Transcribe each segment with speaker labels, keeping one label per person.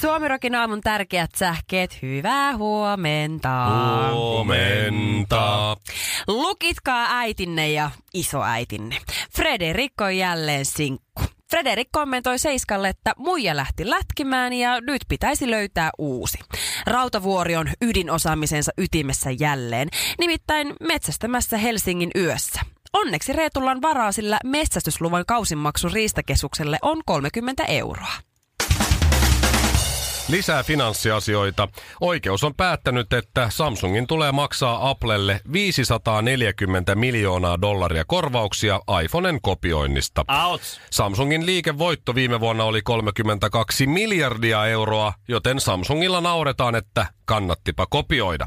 Speaker 1: Suomirokin aamun tärkeät sähkeet, hyvää huomenta.
Speaker 2: Huomenta.
Speaker 1: Lukitkaa äitinne ja isoäitinne. Frederikko on jälleen sinkku. Frederik kommentoi Seiskalle, että muija lähti lätkimään ja nyt pitäisi löytää uusi. Rautavuori on ydinosaamisensa ytimessä jälleen, nimittäin metsästämässä Helsingin yössä. Onneksi Reetulla on varaa, sillä metsästysluvan kausimaksu riistakeskukselle on 30 euroa.
Speaker 2: Lisää finanssiasioita. Oikeus on päättänyt, että Samsungin tulee maksaa Applelle 540 miljoonaa dollaria korvauksia iPhonen kopioinnista.
Speaker 3: Out.
Speaker 2: Samsungin liikevoitto viime vuonna oli 32 miljardia euroa, joten Samsungilla nauretaan, että kannattipa kopioida.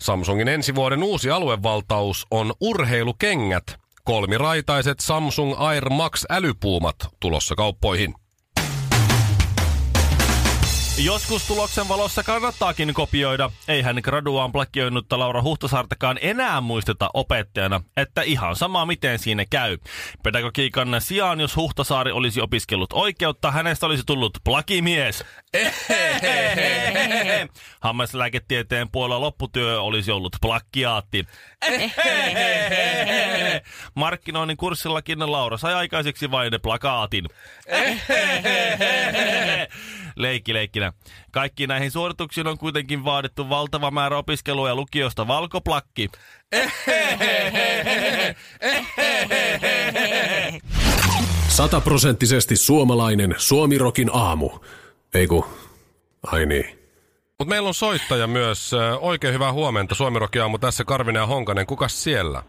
Speaker 2: Samsungin ensi vuoden uusi aluevaltaus on urheilukengät. Kolmiraitaiset Samsung Air Max älypuumat tulossa kauppoihin.
Speaker 3: Joskus tuloksen valossa kannattaakin kopioida. Eihän graduaan plakioinnutta Laura Huhtasaartakaan enää muisteta opettajana, että ihan sama miten siinä käy. Pedagogiikan sijaan, jos Huhtasaari olisi opiskellut oikeutta, hänestä olisi tullut plakimies. Hammaslääketieteen puolella lopputyö olisi ollut plakkiaatti. Markkinoinnin kurssillakin Laura sai aikaiseksi vain plakaatin. Leikki leikkinä. Kaikkiin näihin suorituksiin on kuitenkin vaadittu valtava määrä opiskelua ja lukiosta valkoplakki.
Speaker 4: Sataprosenttisesti suomalainen Suomirokin aamu. Ei ku, ai niin.
Speaker 2: Mutta meillä on soittaja myös. Ö, Oikein hyvää huomenta. Suomirokia aamu tässä Karvinen ja Honkanen. Kukas siellä?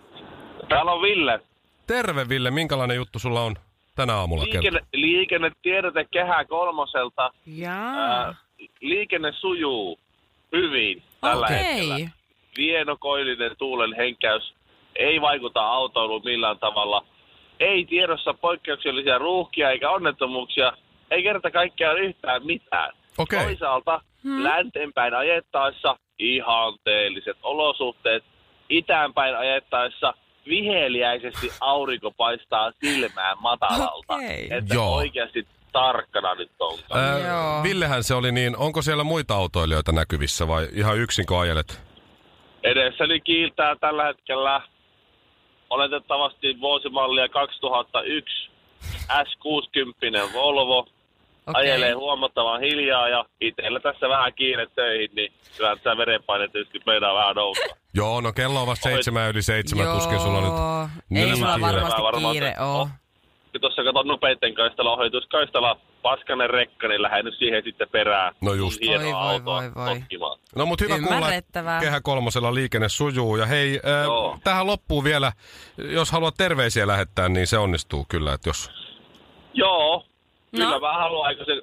Speaker 5: Täällä on Ville.
Speaker 2: Terve Ville, minkälainen juttu sulla on tänä aamulla
Speaker 5: Liikenne, liikennetiedote kehä kolmoselta.
Speaker 3: Ah.
Speaker 1: Jaa.
Speaker 5: Ää, liikenne sujuu hyvin tällä hetkellä.
Speaker 1: Okei.
Speaker 5: Vienokoillinen tuulen henkäys ei vaikuta autoiluun millään tavalla. Ei tiedossa poikkeuksellisia ruuhkia eikä onnettomuuksia. Ei kerta kaikkiaan yhtään mitään.
Speaker 2: Okei.
Speaker 5: Toisaalta länteenpäin ajettaessa ihanteelliset olosuhteet. Itäänpäin ajettaessa viheliäisesti aurinko paistaa silmään matalalta.
Speaker 1: Okei.
Speaker 5: Että
Speaker 2: Joo.
Speaker 5: oikeasti tarkkana nyt onkaan.
Speaker 2: Ää,
Speaker 1: Joo.
Speaker 2: Villehän se oli niin, onko siellä muita autoilijoita näkyvissä vai ihan yksinkö ajelet?
Speaker 5: Edessäni kiiltää tällä hetkellä oletettavasti vuosimallia 2001 S60 Volvo. Okay. Ajelee huomattavan hiljaa ja itsellä tässä vähän kiire töihin, niin kyllä tämä verenpaine tietysti meidän vähän nousta.
Speaker 2: Joo, no kello on vasta
Speaker 5: Oi.
Speaker 2: seitsemän yli seitsemän,
Speaker 1: Joo.
Speaker 2: tuskin sulla nyt.
Speaker 1: Ei
Speaker 2: nyt
Speaker 1: sulla
Speaker 2: kiire.
Speaker 1: varmasti
Speaker 5: Varmaan
Speaker 1: kiire
Speaker 5: se-
Speaker 1: oo.
Speaker 3: Oh.
Speaker 5: on. Ja tuossa katon nopeitten kaistalla ohituskaistalla paskanen rekka, niin lähden nyt siihen sitten perään.
Speaker 2: No just.
Speaker 5: Hieno
Speaker 1: Voi, voi,
Speaker 5: auto
Speaker 1: voi, voi.
Speaker 5: Tutkimaan.
Speaker 2: No mut hyvä kuulla, että
Speaker 1: Ymmärrettävää.
Speaker 2: Kehä kolmosella liikenne sujuu. Ja hei,
Speaker 5: Joo.
Speaker 2: äh, tähän loppuu vielä, jos haluat terveisiä lähettää, niin se onnistuu kyllä, että jos...
Speaker 5: Joo.
Speaker 1: No.
Speaker 5: No. Kyllä mä haluan aikaisen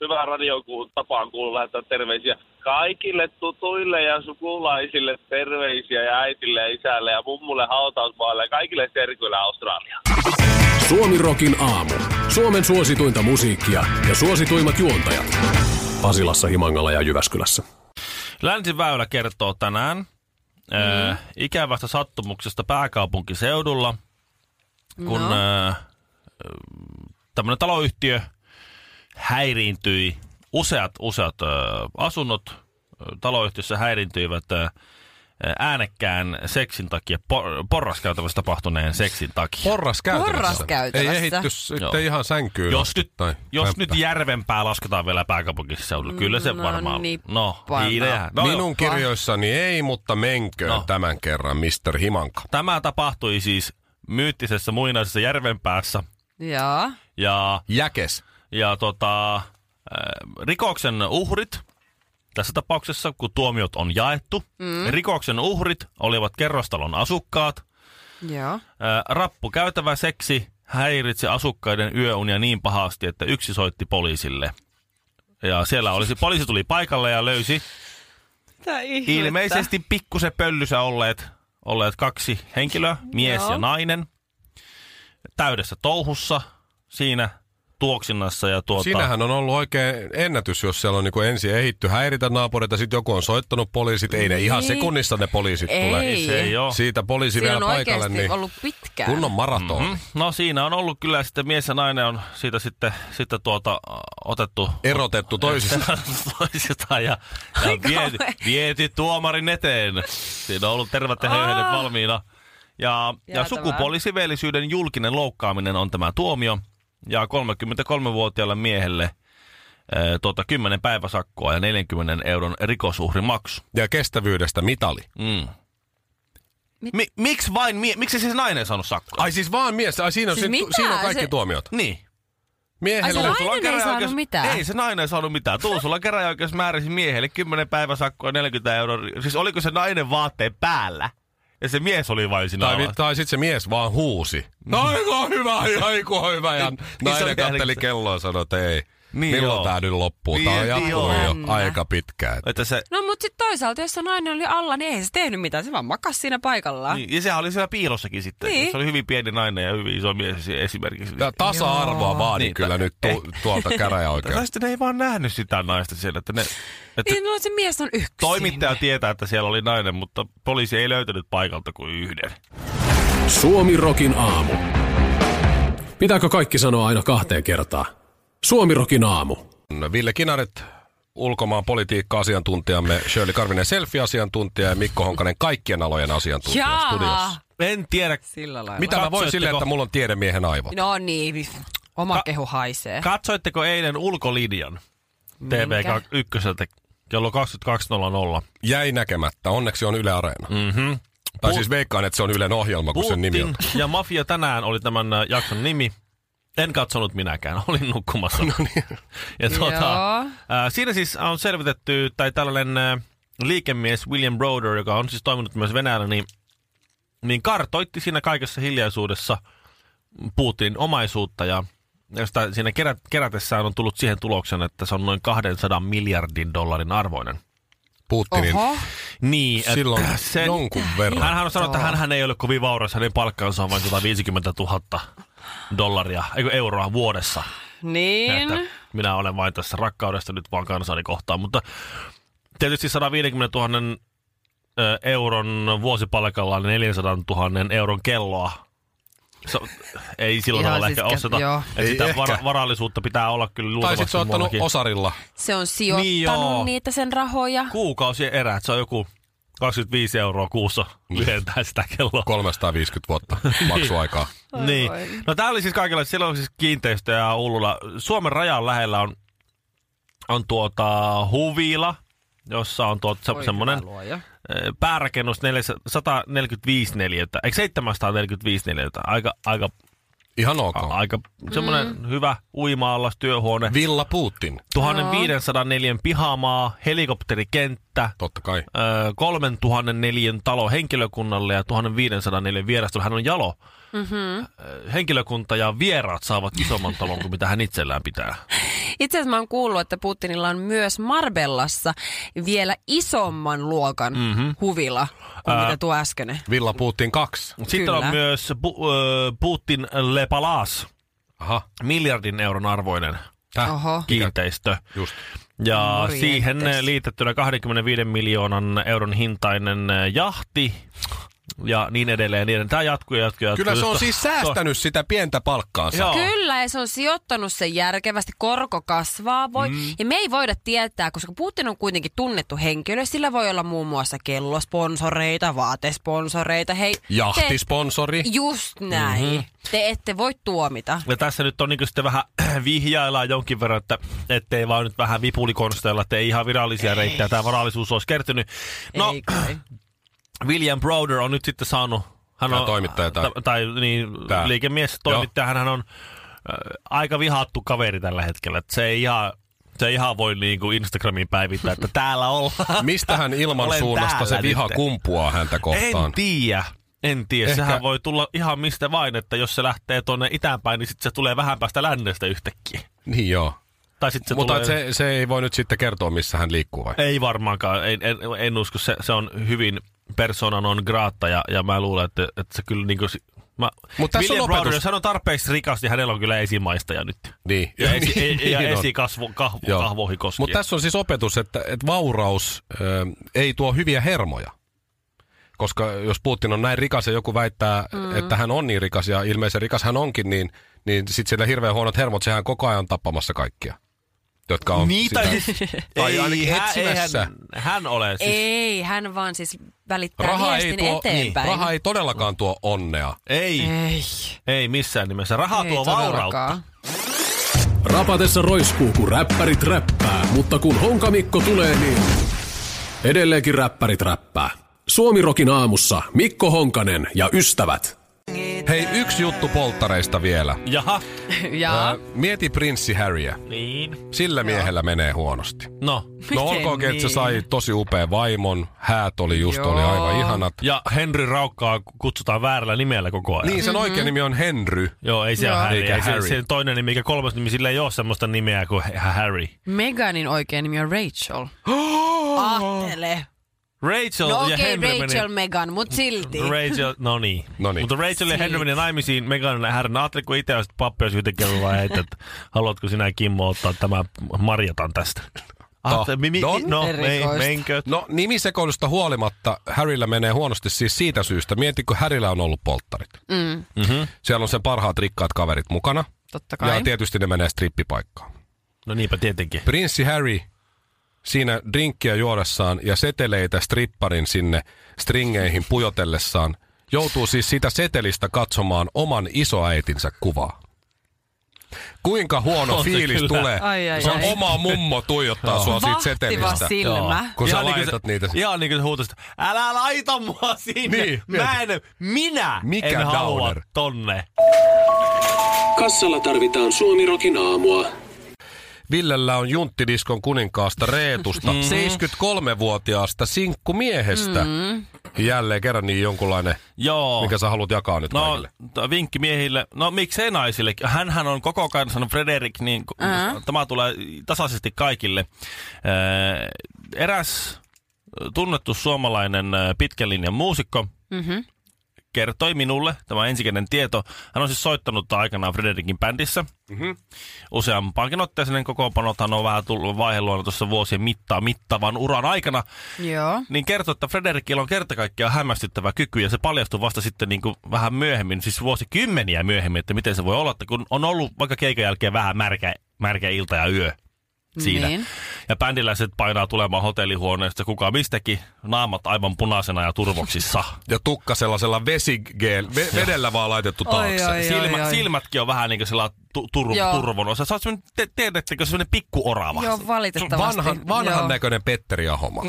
Speaker 5: hyvää radion ku- tapaan kuulua lähettää terveisiä kaikille tutuille ja sukulaisille terveisiä ja äitille ja isälle ja mummulle hautausmaalle ja kaikille serkuille Australiaan.
Speaker 4: Suomirokin aamu. Suomen suosituinta musiikkia ja suosituimmat juontajat. Pasilassa, Himangalla ja Jyväskylässä.
Speaker 3: Länsiväylä kertoo tänään mm.
Speaker 1: Niin.
Speaker 3: äh, ikävästä sattumuksesta pääkaupunkiseudulla, kun
Speaker 1: No.
Speaker 3: no. äh, tämmöinen taloyhtiö häiriintyi, useat useat äh, asunnot äh, taloyhtiössä häiriintyivät äh, äänekkään seksin takia, por- porraskäytävässä tapahtuneen seksin takia.
Speaker 2: Porras käytävässä.
Speaker 1: Porraskäytävässä.
Speaker 2: Ei ehitty sitten
Speaker 3: Joo.
Speaker 2: ihan sänkyyn.
Speaker 3: Jos
Speaker 2: asti
Speaker 3: nyt,
Speaker 2: tai
Speaker 3: jos
Speaker 2: lämpää.
Speaker 3: nyt järvenpää lasketaan vielä pääkaupunkiseudulla, kyllä se
Speaker 1: No
Speaker 3: varmaan...
Speaker 1: niin,
Speaker 3: no,
Speaker 1: panna.
Speaker 3: hiirehän. No,
Speaker 2: No,
Speaker 3: joo.
Speaker 2: Minun kirjoissani ei, mutta menköön
Speaker 3: No.
Speaker 2: no. tämän kerran, Mr. Himanka.
Speaker 3: Tämä tapahtui siis myyttisessä muinaisessa järvenpäässä.
Speaker 1: Jaa.
Speaker 3: Ja,
Speaker 2: Jäkes.
Speaker 3: ja tota, äh, rikoksen uhrit, tässä tapauksessa kun tuomiot on jaettu, mm. rikoksen uhrit olivat kerrostalon asukkaat.
Speaker 1: Joo.
Speaker 3: Äh, rappu käytävä seksi häiritsi asukkaiden yöunia niin pahasti, että yksi soitti poliisille. Ja siellä olisi, poliisi tuli paikalle ja löysi
Speaker 1: Mitä ihmettä?
Speaker 3: Ilmeisesti pikkusen pöllyssä olleet, olleet kaksi henkilöä, mies
Speaker 1: Joo.
Speaker 3: ja nainen, täydessä touhussa siinä tuoksinnassa. Ja tuota,
Speaker 2: Siinähän on ollut oikein ennätys, jos siellä on niin ensin ehitty häiritä naapureita, sitten joku on soittanut poliisit. Ei ne ihan
Speaker 1: Niin.
Speaker 2: sekunnissa ne poliisit
Speaker 1: Ei.
Speaker 2: tule.
Speaker 3: ei se
Speaker 1: Niin.
Speaker 3: ei ole.
Speaker 2: Siitä poliisi
Speaker 1: Siinä
Speaker 2: vielä
Speaker 1: on
Speaker 2: paikalle,
Speaker 1: oikeasti
Speaker 2: niin
Speaker 1: ollut Mhm. pitkään.
Speaker 2: kunnon maratoni.
Speaker 3: Mm, no siinä on ollut kyllä sitten mies ja nainen on siitä sitten, sitten tuota, äh, otettu
Speaker 2: Erotettu toisistaan.
Speaker 3: toisistaan Siis ja, ja viety, viety tuomarin eteen. Siinä on ollut tervet ja höyhenet valmiina. Ja, ja
Speaker 1: Jäätävää.
Speaker 3: sukupuolisiveellisyyden julkinen loukkaaminen on tämä tuomio. Ja 33-vuotiaalle miehelle eh, tuota, 10 päiväsakkoa ja 40 euron rikosuhrimaksu.
Speaker 2: Ja kestävyydestä mitali.
Speaker 1: Mhm.
Speaker 3: Mm. Mi- miksi vain mie- Miksi siis nainen saanut sakkoa?
Speaker 2: Ai siis vaan mies. Ai siinä on,
Speaker 1: Siis
Speaker 2: siis
Speaker 1: mitä?
Speaker 2: siinä on kaikki
Speaker 1: Se-
Speaker 2: tuomiot.
Speaker 3: Niin.
Speaker 1: Ai se
Speaker 2: Miehelle
Speaker 1: nainen ei saanut mitään.
Speaker 3: Ei se nainen ei saanut mitään. Tuusulla käräjäoikeus määräsi miehelle 10 päivän sakkoa 40 euroa. Siis oliko se nainen vaatteen päällä? Ja se mies oli vain siinä
Speaker 2: Tai,
Speaker 3: alas.
Speaker 2: vi- tai sitten se mies vaan huusi.
Speaker 3: Mm.
Speaker 2: No ei kun on hyvä, ei kun on hyvä. Ja nainen
Speaker 3: Niin, oli
Speaker 2: katteli
Speaker 3: jälkeen.
Speaker 2: kelloa ja sanoi, että ei.
Speaker 3: Niin
Speaker 2: Milloin
Speaker 3: joo.
Speaker 2: tää nyt loppuu? Tää on
Speaker 3: Niin
Speaker 2: jatkunut
Speaker 3: joo.
Speaker 2: jo
Speaker 1: Jännä.
Speaker 2: aika pitkään.
Speaker 3: Että se,
Speaker 1: No mut sit toisaalta, jos se nainen oli alla, niin ei se tehnyt mitään. Se vaan makasi siinä paikallaan.
Speaker 3: niin, ja sehän oli siellä piilossakin sitten.
Speaker 1: Niin.
Speaker 3: Se oli hyvin pieni nainen ja hyvin iso mies esimerkiksi.
Speaker 2: Ja tasa-arvoa vaadin
Speaker 3: Niin,
Speaker 2: kyllä
Speaker 3: tai-
Speaker 2: nyt tu- tuolta
Speaker 3: Tai
Speaker 2: käräjäoikeudesta.
Speaker 3: sitten ne ei vaan nähnyt sitä naista siellä. Että ne, että
Speaker 1: Niin, no se mies on yksin.
Speaker 3: toimittaja tietää, että siellä oli nainen, mutta poliisi ei löytänyt paikalta kuin yhden.
Speaker 4: Suomi Rokin aamu. Pitääkö kaikki sanoa aina kahteen kertaan? Suomi Rokin aamu.
Speaker 2: Ville Kinaret, ulkomaan politiikka-asiantuntijamme, Shirley Karvinen selfie-asiantuntija ja Mikko Honkanen kaikkien alojen asiantuntija
Speaker 1: Jaa.
Speaker 2: studiossa.
Speaker 3: En tiedä.
Speaker 1: Sillä lailla.
Speaker 2: Mitä mä voin
Speaker 3: Katsoitteko?
Speaker 2: silleen, että mulla on tiedemiehen aivot?
Speaker 1: No niin, oma
Speaker 3: Ka-
Speaker 1: kehu haisee.
Speaker 3: Katsoitteko eilen ulkolinjan?
Speaker 1: Minkä?
Speaker 3: TV1 kello 22.00.
Speaker 2: Jäi näkemättä, onneksi on Yle Areena.
Speaker 3: Mm-hmm.
Speaker 2: Tai siis veikkaan, että se on Ylen ohjelma, kun sen nimi on.
Speaker 3: Putin ja Mafia tänään oli tämän ä, jakson nimi. En katsonut minäkään, olin nukkumassa. No niin. ja tuota,
Speaker 1: Joo.
Speaker 3: ää, siinä siis on selvitetty, tai tällainen ä, liikemies William Broder, joka on siis toiminut myös Venäjällä, niin, niin kartoitti siinä kaikessa hiljaisuudessa Putinin omaisuutta ja josta siinä kerä, kerätessään on tullut siihen tulokseen, että se on noin 200 miljardin dollarin arvoinen.
Speaker 2: Putinin
Speaker 1: Oho,
Speaker 3: Niin, että
Speaker 2: silloin jonkun verran.
Speaker 3: Hänhän on sanonut, että hän ei ole kovin vauras, hänen palkkansa on vain 150 000 dollaria, eikö euroa vuodessa.
Speaker 1: niin.
Speaker 3: Että minä olen vain tässä rakkaudesta nyt vaan kansani kohtaan, mutta tietysti 150 000 ö, euron vuosipalkalla niin 400 000 euron kelloa. Se, ei sillä
Speaker 1: Ihan
Speaker 3: tavalla
Speaker 1: siis
Speaker 3: ehkä
Speaker 1: kä-
Speaker 3: osteta.
Speaker 1: joo.
Speaker 3: Että
Speaker 2: Ei
Speaker 3: sitä
Speaker 2: ehkä.
Speaker 3: vara- varallisuutta pitää olla kyllä
Speaker 2: Tai
Speaker 3: luultavasti
Speaker 2: sitten se on ottanut
Speaker 3: muullakin.
Speaker 2: osarilla.
Speaker 1: Se on
Speaker 3: Niin
Speaker 1: sijoittanut
Speaker 3: joo.
Speaker 1: niitä sen rahoja.
Speaker 3: kuukausien erät. Se on joku 25 euroa kuussa
Speaker 2: Niin.
Speaker 3: lyhentää sitä kelloa.
Speaker 2: 350 vuotta maksuaikaa.
Speaker 3: Niin.
Speaker 1: voi.
Speaker 3: No tää oli siis kaikenlaista. Siellä on siis kiinteistöjä ja Ullula. Suomen rajan lähellä on, on tuota huvila, jossa on tuota, se,
Speaker 1: Voi
Speaker 3: semmoinen
Speaker 1: hyvä luoja.
Speaker 3: ö, päärakennus 400 145 neliötä, eikö 745 neliötä, aika, aika,
Speaker 2: Ihan ok.
Speaker 3: a, aika semmoinen
Speaker 1: Mm.
Speaker 3: hyvä uima-allas, työhuone,
Speaker 2: Villa Putin,
Speaker 3: 1504 pihamaa, helikopterikenttä,
Speaker 2: totta kai.
Speaker 3: ö, 3004 talo henkilökunnalle ja 1504 vierastolle. Hän on jalo. Mm-hmm. Henkilökunta ja vieraat saavat isomman talon kuin mitä hän itsellään pitää.
Speaker 1: Itse asiassa mä oon kuullut, että Putinilla on myös Marbellassa vielä isomman luokan
Speaker 2: Mhm.
Speaker 1: mm-hmm. huvila kuin mitä tuo äskeinen.
Speaker 2: Villa Putin 2.
Speaker 3: Sitten
Speaker 1: Kyllä.
Speaker 3: on myös Bu- ö, Putin Le Palace,
Speaker 2: Aha,
Speaker 3: miljardin euron arvoinen
Speaker 2: täh.
Speaker 1: Oho.
Speaker 3: kiinteistö.
Speaker 2: Just.
Speaker 3: Ja
Speaker 1: Oh. Morjentes.
Speaker 3: siihen liitettynä 25 miljoonan euron hintainen ö, jahti ja niin edelleen. ja Niin edelleen. Tämä jatkuu ja jatkuu. ja jatkuu.
Speaker 2: Kyllä se on
Speaker 3: Josta-
Speaker 2: siis säästänyt sitä pientä palkkaansa.
Speaker 3: Joo.
Speaker 1: Kyllä, ja se on sijoittanut sen järkevästi, korko kasvaa voi. Mm. Ja me ei voida tietää, koska Putin on kuitenkin tunnettu henkilö, sillä voi olla muun muassa kellosponsoreita, vaatesponsoreita, hei. te-
Speaker 2: Jahtisponsori. Mhm.
Speaker 1: Just näin. Mm-hmm. Te ette voi tuomita.
Speaker 3: Ja tässä nyt on niin sitten vähän vihjaillaan jonkin verran, että ettei vaan nyt vähän vipulikonsteilla, ettei ihan virallisia reittejä tämä varallisuus olisi kertynyt.
Speaker 1: Ei
Speaker 3: No,
Speaker 2: siis-
Speaker 1: kai.
Speaker 3: William Browder on nyt sitten saanut... Hän
Speaker 2: Tää
Speaker 3: on
Speaker 2: toimittaja tai-
Speaker 3: ta- tai niin,
Speaker 2: Tää.
Speaker 3: liikemies, toimittaja, hän on äh, aika vihattu kaveri tällä hetkellä. Et se ei ihan, se ei ihan voi niin kuin Instagramiin päivittää, että täällä ollaan.
Speaker 2: Mistä hän ilman
Speaker 3: Olen
Speaker 2: suunnasta se
Speaker 3: täällä
Speaker 2: viha
Speaker 3: nytte.
Speaker 2: kumpuaa häntä kohtaan?
Speaker 3: En tiedä. En tiedä.
Speaker 2: Ehkä-
Speaker 3: Sehän voi tulla ihan mistä vain, että jos se lähtee tuonne itäänpäin, niin sitten se tulee vähän päästä lännestä yhtäkkiä.
Speaker 2: Niin joo.
Speaker 3: Tai sitten se
Speaker 2: Mutta
Speaker 3: tulee...
Speaker 2: et se, se ei voi nyt sitten kertoa, missä hän liikkuu vai?
Speaker 3: Ei varmaankaan, en, en, en usko. Se, se on hyvin persona non grata ja, ja mä luulen, että, että se kyllä niin kuin, mä,
Speaker 2: Mut tässä
Speaker 3: William
Speaker 2: on
Speaker 3: Browder,
Speaker 2: opetus.
Speaker 3: jos hän on tarpeeksi rikas, niin hänellä on kyllä esimaistaja nyt.
Speaker 2: Niin.
Speaker 3: Ja, esi, e, ja
Speaker 2: Niin on.
Speaker 3: esikasvu, kahvo,
Speaker 2: Joo.
Speaker 3: kahvoihin koskien.
Speaker 2: Mutta tässä on siis opetus, että, että vauraus ö, ei tuo hyviä hermoja. Koska jos Putin on näin rikas ja joku väittää, mm. että hän on niin rikas ja ilmeisen rikas hän onkin, niin, niin sitten sillä hirveän huonot hermot, sehän on koko ajan tappamassa kaikkia, jotka on
Speaker 3: niin,
Speaker 2: sitä.
Speaker 3: tai siis,
Speaker 2: tai ainakin
Speaker 3: hän,
Speaker 2: etsimässä.
Speaker 3: hän, hän ole siis.
Speaker 1: Ei, hän vaan siis välittää
Speaker 2: Raha ei,
Speaker 1: viestin
Speaker 2: tuo, niin,
Speaker 1: eteenpäin.
Speaker 2: raha ei todellakaan tuo onnea.
Speaker 3: Ei, ei,
Speaker 1: ei,
Speaker 3: ei missään nimessä. Raha
Speaker 1: ei
Speaker 3: tuo vaurautta.
Speaker 1: todellakaan.
Speaker 4: Rapatessa roiskuu, kun räppärit räppää, mutta kun Honkamikko tulee, niin edelleenkin räppärit räppää. Suomirokin aamussa Mikko Honkanen ja ystävät.
Speaker 2: Hei, yksi juttu polttareista vielä.
Speaker 3: Jaha,
Speaker 1: Jaa.
Speaker 2: Ö, mieti prinssi Harryä.
Speaker 3: niin.
Speaker 2: Sillä miehellä menee huonosti.
Speaker 3: No,
Speaker 2: No
Speaker 1: Miten
Speaker 2: olkoonkin, että se
Speaker 1: niin?
Speaker 2: sai tosi upea vaimon. Häät oli just, oli
Speaker 1: Joo.
Speaker 2: aivan ihanat.
Speaker 3: ja Henry Raukkaa kutsutaan väärällä nimellä koko ajan.
Speaker 2: Niin, sen oikea nimi on Henry.
Speaker 3: Joo, ei se ole Harry.
Speaker 2: Eikä
Speaker 3: Ei, se,
Speaker 2: Harry.
Speaker 3: se, toinen nimi, mikä kolmas nimi, sillä ei ole semmoista nimeä kuin Harry.
Speaker 6: Meganin oikea nimi on Rachel.
Speaker 1: Aattele.
Speaker 3: Rachel
Speaker 6: No
Speaker 3: Oh, ja
Speaker 6: okei,
Speaker 3: Henry
Speaker 6: okay, Rachel
Speaker 3: meni...
Speaker 6: Megan, mut silti.
Speaker 3: Rachel, no niin.
Speaker 2: No niin.
Speaker 3: Mutta Rachel ja Henry meni naimisiin Megan ja Harry. no Ajattelin, kun itse olisit pappi, olisi yhtäkkiä ollut vaan, että että haluatko sinä Kimmo ottaa tämä marjatan tästä.
Speaker 2: No,
Speaker 3: Ajattelin, mi- mi-
Speaker 2: Don?
Speaker 3: no,
Speaker 6: Erikoista.
Speaker 3: me, menkö?
Speaker 2: No nimisekoilusta huolimatta Harryllä menee huonosti siis siitä syystä. Mieti, kun Harryllä on ollut polttarit. Mm. Mm-hmm. Siellä on sen parhaat rikkaat kaverit mukana.
Speaker 6: Totta
Speaker 2: Kai.
Speaker 6: kai.
Speaker 2: Ja tietysti ne menee strippipaikkaan.
Speaker 3: No niinpä tietenkin.
Speaker 2: Prinssi Harry siinä drinkkiä juodessaan ja seteleitä stripparin sinne stringeihin pujotellessaan joutuu siis sitä setelistä katsomaan oman isoäitinsä kuvaa. Kuinka huono
Speaker 3: On se
Speaker 2: fiilis
Speaker 3: kyllä.
Speaker 2: tulee,
Speaker 6: Ai, ai,
Speaker 2: se on
Speaker 6: ai.
Speaker 2: oma mummo tuijottaa sua siitä
Speaker 6: Vahtiva
Speaker 2: setelistä.
Speaker 6: silmä.
Speaker 2: Kun sä
Speaker 3: niin kuin
Speaker 2: laitat
Speaker 3: se,
Speaker 2: niitä.
Speaker 3: Ihan niin kuin se huutasit, älä laita mua sinne.
Speaker 2: Niin,
Speaker 3: mä en, minä
Speaker 2: Mikä
Speaker 3: en halua
Speaker 2: downer?
Speaker 3: tonne.
Speaker 4: Kassalla tarvitaan Suomirokin aamua.
Speaker 2: Villellä on junttidiskon kuninkaasta Reetusta, 73-vuotiaasta sinkkumiehestä. Mm-hmm. Jälleen kerran niin jonkunlainen,
Speaker 3: Joo.
Speaker 2: mikä sä haluat jakaa nyt Oh. no,
Speaker 3: No,
Speaker 2: kaikille.
Speaker 3: t- vinkki miehille. No miksei naisille? Hänhän on koko kansan Frederik, niin uh-huh. tämä tulee tasaisesti kaikille. Öö, eräs äh, tunnettu suomalainen ö, pitkän linjan muusikko mm-hmm. kertoi minulle, tämä on ensikäinen tieto, hän on siis soittanut aikanaan Frederikin bändissä. Mm-hmm. Useampaankin otteeseen kokoonpanothan on vähän tullut vaiheluona tuossa vuosien mittaan mittavan uran aikana
Speaker 6: Joo.
Speaker 3: niin kertoi, että Frederikillä on kerta kaikkiaan hämmästyttävä kyky ja se paljastui vasta sitten niin kuin vähän myöhemmin, siis vuosikymmeniä myöhemmin, että miten se voi olla, että kun on ollut vaikka keikan jälkeen vähän märkä, märkä ilta ja yö siinä.
Speaker 6: Niin.
Speaker 3: Ja bändiläiset painaa tulemaan hotellihuoneesta kuka mistäkin, naamat aivan punaisena ja turvoksissa.
Speaker 2: Ja tukka sellaisella vesigeel, ve- vedellä vaan laitettu
Speaker 6: Oi,
Speaker 2: taakse.
Speaker 6: oi,
Speaker 3: Silmä,
Speaker 6: oi, oi.
Speaker 3: silmätkin on vähän niin kuin sellainen tu, tur,
Speaker 6: Joo.
Speaker 3: turvon osa. Se on semmoinen, te, tiedättekö, semmoinen pikkuorava.
Speaker 6: Joo, valitettavasti.
Speaker 2: Vanhan, vanhan
Speaker 6: Joo.
Speaker 2: näköinen Petteri Ahoma.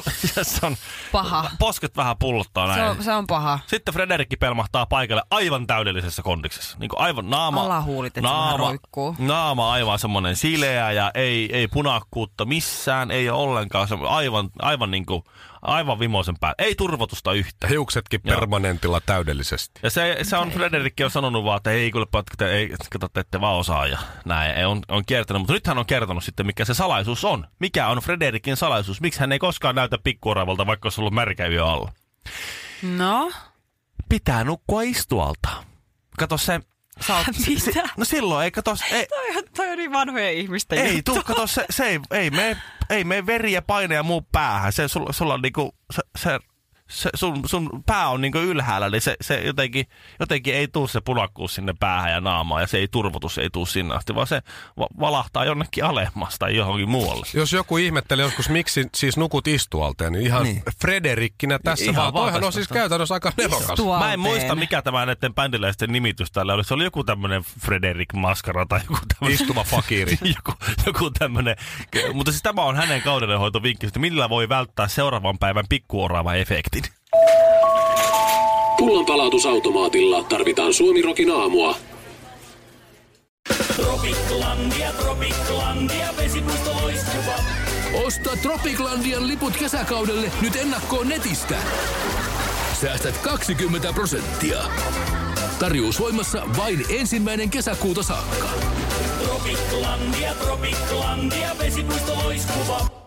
Speaker 3: se on,
Speaker 6: Paha.
Speaker 3: posket vähän pullottaa näin.
Speaker 6: Se on, se on paha.
Speaker 3: Sitten Frederikki pelmahtaa paikalle aivan täydellisessä kondiksessa. Niin kuin aivan naama,
Speaker 6: Alahuulit, että se vähän roikkuu.
Speaker 3: naama aivan semmoinen sileä ja ei, ei punakkuutta missään, ei ole ollenkaan. Se on aivan, aivan, niin kuin, aivan vimoisen päällä. Ei turvotusta yhtään.
Speaker 2: Hiuksetkin
Speaker 3: Joo.
Speaker 2: permanentilla täydellisesti.
Speaker 3: Ja se, se on, Frederikki on sanonut vaan, että ei kuule, pat- te, ei, kato, te ette vaan osaa ja näin. Ei, on, on kiertänyt, mutta nyt hän on kertonut sitten, mikä se salaisuus on. Mikä on Frederikin salaisuus? Miksi hän ei koskaan näytä pikkuoravalta, vaikka olisi ollut märkä yö alla?
Speaker 6: No,
Speaker 3: Pitää nukkua istualta. Kato se, sä oot, se, se,
Speaker 6: Mitä?
Speaker 3: no silloin ei, kato, ei,
Speaker 6: toi, on- toi on niin vanhoja ihmisten
Speaker 3: Ei, tuu, kato, se, se ei, ei, mene, ei mene veri ja paine ja muu päähän. Se, sulla, sulla on niinku, se, se, se, sun, sun pää on niinku ylhäällä, niin se, se jotenkin, jotenkin ei tuu se punakkuus sinne päähän ja naamaan, ja se ei turvotus ei tuu sinne asti, vaan se va- valahtaa jonnekin alemmas tai johonkin muualle.
Speaker 2: Jos joku ihmettelee joskus, miksi siis nukut istualteen, niin ihan niin. Frederikkinä tässä
Speaker 3: Ihan
Speaker 2: ihan vaan.
Speaker 3: vaan
Speaker 2: Toihan on
Speaker 3: tästä.
Speaker 2: siis käytännössä aika nerokas.
Speaker 6: Istualteen.
Speaker 3: Mä en muista, mikä tämä näiden bändiläisten nimitys täällä oli. Se oli joku tämmöinen Frederik Maskara tai joku tämmöinen.
Speaker 2: Istuva fakiri.
Speaker 3: joku, joku tämmöinen. Mutta siis tämä on hänen kaudellenhoitovinkki, että millä voi välttää seuraavan päivän pikkuoraava efektin.
Speaker 4: Pullon palautusautomaatilla tarvitaan Suomirokin aamua. Osta Tropiklandian liput kesäkaudelle nyt ennakkoon netistä. Säästät 20 prosenttia. Tarjous voimassa vain ensimmäinen kesäkuuta saakka.
Speaker 5: Tropiklandia, Tropiklandia, vesipuisto loiskuva.